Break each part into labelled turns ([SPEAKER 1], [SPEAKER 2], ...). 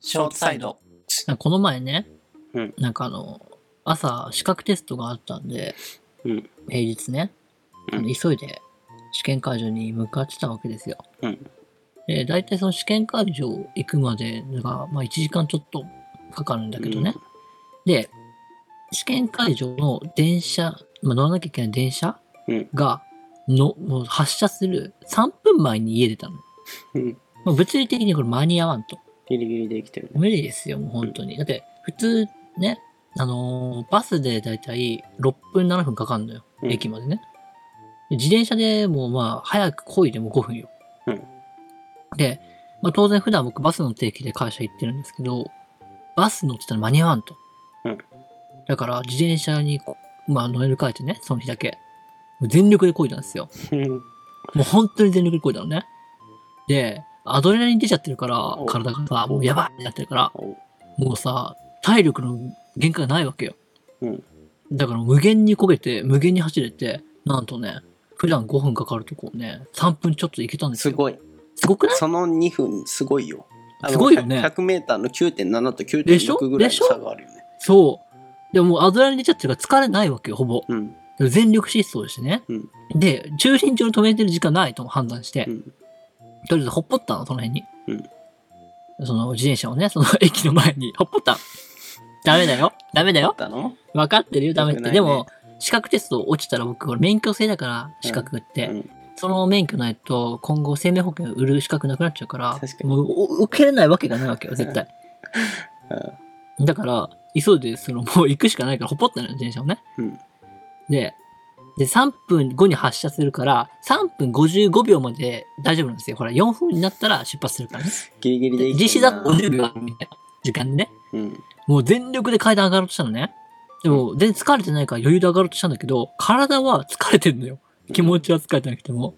[SPEAKER 1] ショートサイド。
[SPEAKER 2] なんかこの前ね、
[SPEAKER 1] うん
[SPEAKER 2] なんかあの、朝、資格テストがあったんで、
[SPEAKER 1] うん
[SPEAKER 2] 平日ね、
[SPEAKER 1] うん
[SPEAKER 2] 急いで試験会場に向かってたわけですよ。
[SPEAKER 1] うん。
[SPEAKER 2] で、大体その試験会場行くまでが、まあ1時間ちょっとかかるんだけどね。で、試験会場の電車、まあ、乗らなきゃいけない電車
[SPEAKER 1] うん
[SPEAKER 2] が、の、もう発車する3分前に家出たの。
[SPEAKER 1] うん
[SPEAKER 2] まあ物理的にこれ間に合わんと。
[SPEAKER 1] ギリギリできてるね。
[SPEAKER 2] 無理ですよ、もう本当に。だって、普通ね、あのーバスでだいたい6分、7分かかるのよ。
[SPEAKER 1] うん
[SPEAKER 2] 駅までね。で自転車でもうまあ、早く漕いでも5分よ。
[SPEAKER 1] うん
[SPEAKER 2] で、まあ当然普段僕バスの定期で会社行ってるんですけど、バス乗ってたら間に合わんと。
[SPEAKER 1] うん
[SPEAKER 2] だから自転車にこう、まあ乗り換えてね、その日だけ。もう全力で漕いだんですよ。
[SPEAKER 1] うん
[SPEAKER 2] もう本当に全力で漕いだのね。で、アドレナリン出ちゃってるから
[SPEAKER 1] お、
[SPEAKER 2] 体がさ、もうやばいってなってるから、
[SPEAKER 1] おう
[SPEAKER 2] もうさ、体力の限界がないわけよ。
[SPEAKER 1] うん
[SPEAKER 2] だから無限に焦げて、無限に走れて、なんとね、普段5分かかるとこをね、3分ちょっと行けたんです
[SPEAKER 1] す
[SPEAKER 2] よ。
[SPEAKER 1] ごい。
[SPEAKER 2] すごくない
[SPEAKER 1] その2分、すごいよ。あの
[SPEAKER 2] すごいよね
[SPEAKER 1] 100メーターの9.7と
[SPEAKER 2] でしょ
[SPEAKER 1] 9.6ぐらいの差があるよね。
[SPEAKER 2] そう。でももうアドレナリン出ちゃってるから疲れないわけよ、ほぼ。
[SPEAKER 1] うん。
[SPEAKER 2] 全力疾走してね。
[SPEAKER 1] うん
[SPEAKER 2] で、駐輪場に止めてる時間ないとも判断して、
[SPEAKER 1] うん。
[SPEAKER 2] とりあえずほっぽったの、その辺に。
[SPEAKER 1] うん
[SPEAKER 2] その自転車をね、その駅の前に、ほっぽったの。ダメだよ。ダメだ
[SPEAKER 1] だ
[SPEAKER 2] よ
[SPEAKER 1] っ。たの
[SPEAKER 2] 分かってるよ、ダメって。
[SPEAKER 1] 良くないね
[SPEAKER 2] でも、資格テスト落ちたら僕、これ免許制だから、資格って。
[SPEAKER 1] うん
[SPEAKER 2] その免許ないと、今後生命保険売る資格なくなっちゃうから、
[SPEAKER 1] 確かに
[SPEAKER 2] もうお受けれないわけがないわけよ、絶対。だから、急いで、その、もう行くしかないから、ほっぽったのよ、自転車をね。
[SPEAKER 1] うん。
[SPEAKER 2] で、で、3分後に発車するから、3分55秒まで大丈夫なんですよ。ほら、4分になったら出発するからね。
[SPEAKER 1] ギリギリできて
[SPEAKER 2] 実施
[SPEAKER 1] るな
[SPEAKER 2] だと50秒みたいな時間ね。
[SPEAKER 1] うん。
[SPEAKER 2] もう全力で階段上がろうとしたのね。でも、全然疲れてないから余裕で上がろうとしたんだけど、体は疲れてんのよ。気持ちは疲れてなくても。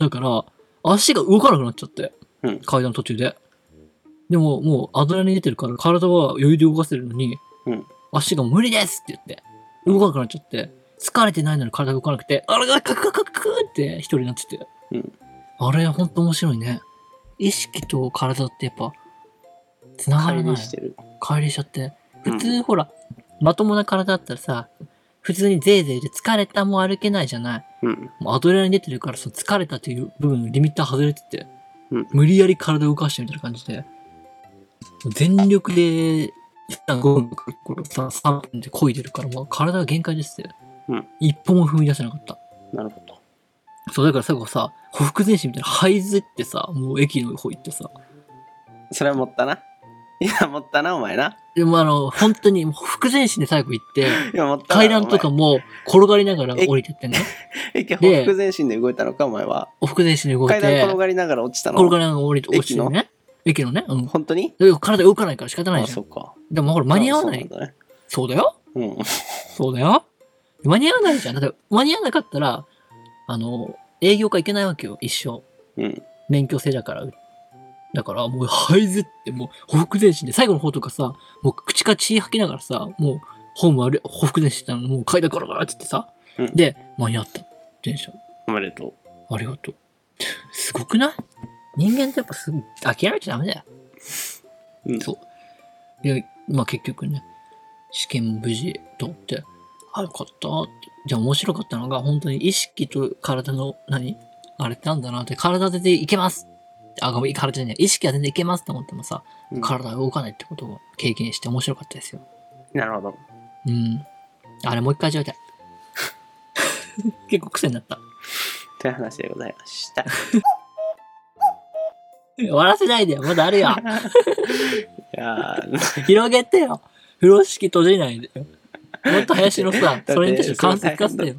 [SPEAKER 2] だから、足が動かなくなっちゃって。
[SPEAKER 1] うん
[SPEAKER 2] 階段の途中で。でも、もうアドレナリン出てるから、体は余裕で動かせるのに、
[SPEAKER 1] うん
[SPEAKER 2] 足が無理ですって言って、動かなくなっちゃって、疲れてないのに体が動かなくて、あれがカクカクカクって一人になってて。
[SPEAKER 1] うん
[SPEAKER 2] あれ、ほんと面白いね。意識と体ってやっぱ、つながら
[SPEAKER 1] 管
[SPEAKER 2] ない
[SPEAKER 1] 理。してる。
[SPEAKER 2] 帰りしちゃって。
[SPEAKER 1] うん
[SPEAKER 2] 普通ほら、まともな体だったらさ、普通にぜいぜいで疲れたもう歩けないじゃない。
[SPEAKER 1] うん。
[SPEAKER 2] もうアドレナリン出てるから、その疲れたという部分のリミッター外れてて、
[SPEAKER 1] うん
[SPEAKER 2] 無理やり体を動かしてみたいな感じで、全力で、普段5分かかる頃さ、3分で漕いでるから、もう体が限界ですって。
[SPEAKER 1] うん
[SPEAKER 2] 一歩も踏み出せなかった。
[SPEAKER 1] なるほど。
[SPEAKER 2] そう、だから最後さ、ほふ前進みたいな、這いずってさ、もう駅の方行ってさ、
[SPEAKER 1] それは持ったな。 いや、持ったな、お前な。
[SPEAKER 2] でもあの、本当に、ほふ前進で最後行って、
[SPEAKER 1] いや、持ったな。
[SPEAKER 2] 階段とか
[SPEAKER 1] も。
[SPEAKER 2] も転がりながら降りてってね。
[SPEAKER 1] 駅、ほ
[SPEAKER 2] で
[SPEAKER 1] ふ前進で動いたのか、お前は。
[SPEAKER 2] お服前進で動いて、
[SPEAKER 1] 階段
[SPEAKER 2] 転
[SPEAKER 1] 転がりながら落ちたの。
[SPEAKER 2] がりながら降りて、落ちてね。駅のね。うん。だ
[SPEAKER 1] 本当に
[SPEAKER 2] けど体動かないから仕方ない
[SPEAKER 1] あ、
[SPEAKER 2] じゃ
[SPEAKER 1] そ
[SPEAKER 2] ん。
[SPEAKER 1] うか。
[SPEAKER 2] でもほら、間に合わな
[SPEAKER 1] あ
[SPEAKER 2] い。
[SPEAKER 1] そうなんだね
[SPEAKER 2] そうだよ。
[SPEAKER 1] うん。
[SPEAKER 2] そうだよ。間に合わないじゃん。だって、間に合わなかったら、あの、営業か行けないわけよ、一生。
[SPEAKER 1] うん。
[SPEAKER 2] 免許制だから。だから、もう、はいずって、もう、ほふ前進で、最後の方とかさ、もう、口から血吐きながらさ、もう、ホームあれ、ほふ前進したの、もう、階段からガラってってさ、
[SPEAKER 1] うん
[SPEAKER 2] で、間に合った。電車。
[SPEAKER 1] おめでとう。
[SPEAKER 2] ありがとう。すごくない人間ってやっぱすぐ諦めちゃダメだよ。
[SPEAKER 1] うん
[SPEAKER 2] そう。で、まあ結局ね、試験も無事通って、あ、よかったって。じゃあ面白かったのが、本当に意識と体の、何あれってなんだなって、体全然いけますあ、ごめん、体じゃない。意識は全然いけますって思ってもさ、
[SPEAKER 1] うん
[SPEAKER 2] 体が動かないってことを経験して面白かったですよ。
[SPEAKER 1] なるほど。
[SPEAKER 2] うん。あれもう一回味わいたい。 結構癖になった。
[SPEAKER 1] という話でございました。
[SPEAKER 2] 終わらせないでよ。まだあるよ。
[SPEAKER 1] いやー
[SPEAKER 2] 広げてよ。風呂敷閉じないでよ。もっと林のさ、
[SPEAKER 1] て
[SPEAKER 2] それに対して観測化してよ。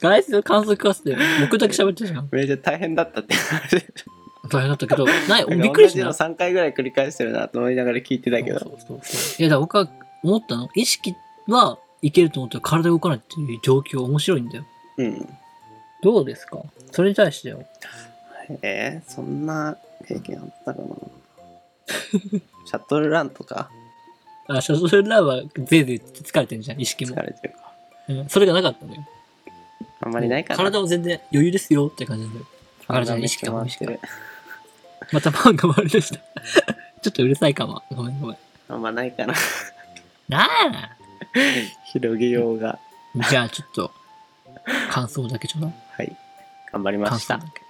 [SPEAKER 2] 外出の観測化してよ。僕だけ喋ってるじゃん。
[SPEAKER 1] めっちゃ大変だ ったって話。
[SPEAKER 2] 大変だったけど、ない、
[SPEAKER 1] なんか
[SPEAKER 2] びっくりし
[SPEAKER 1] 同じの
[SPEAKER 2] た。
[SPEAKER 1] 3回ぐらい繰り返してるなと思いながら聞いてたけ
[SPEAKER 2] そ
[SPEAKER 1] ど。
[SPEAKER 2] うそうそういや、だから僕は思ったの。意識はいけると思って体動かないっていう状況面白いんだよ。
[SPEAKER 1] うん。
[SPEAKER 2] どうですかそれに対してよ。
[SPEAKER 1] えー、そんな経験あった かなシャトルランとか
[SPEAKER 2] あ、シャトルランはぜいぜい疲れてるじゃん、意識
[SPEAKER 1] 疲
[SPEAKER 2] も。
[SPEAKER 1] れてるか。
[SPEAKER 2] うんそれがなかったのよ。
[SPEAKER 1] あんまりないかな。
[SPEAKER 2] 体も全然余裕ですよって感じなんだよ。体の意識が
[SPEAKER 1] 回ってる。
[SPEAKER 2] またパンが回り出した。 ちょっとうるさいかも。ごめんごめん。
[SPEAKER 1] あんまないかな。
[SPEAKER 2] なあ
[SPEAKER 1] 広げようが。
[SPEAKER 2] じゃあちょっと、感想だけちょうだい。
[SPEAKER 1] はい。頑張りま
[SPEAKER 2] 感
[SPEAKER 1] し
[SPEAKER 2] 想
[SPEAKER 1] た
[SPEAKER 2] だ。け。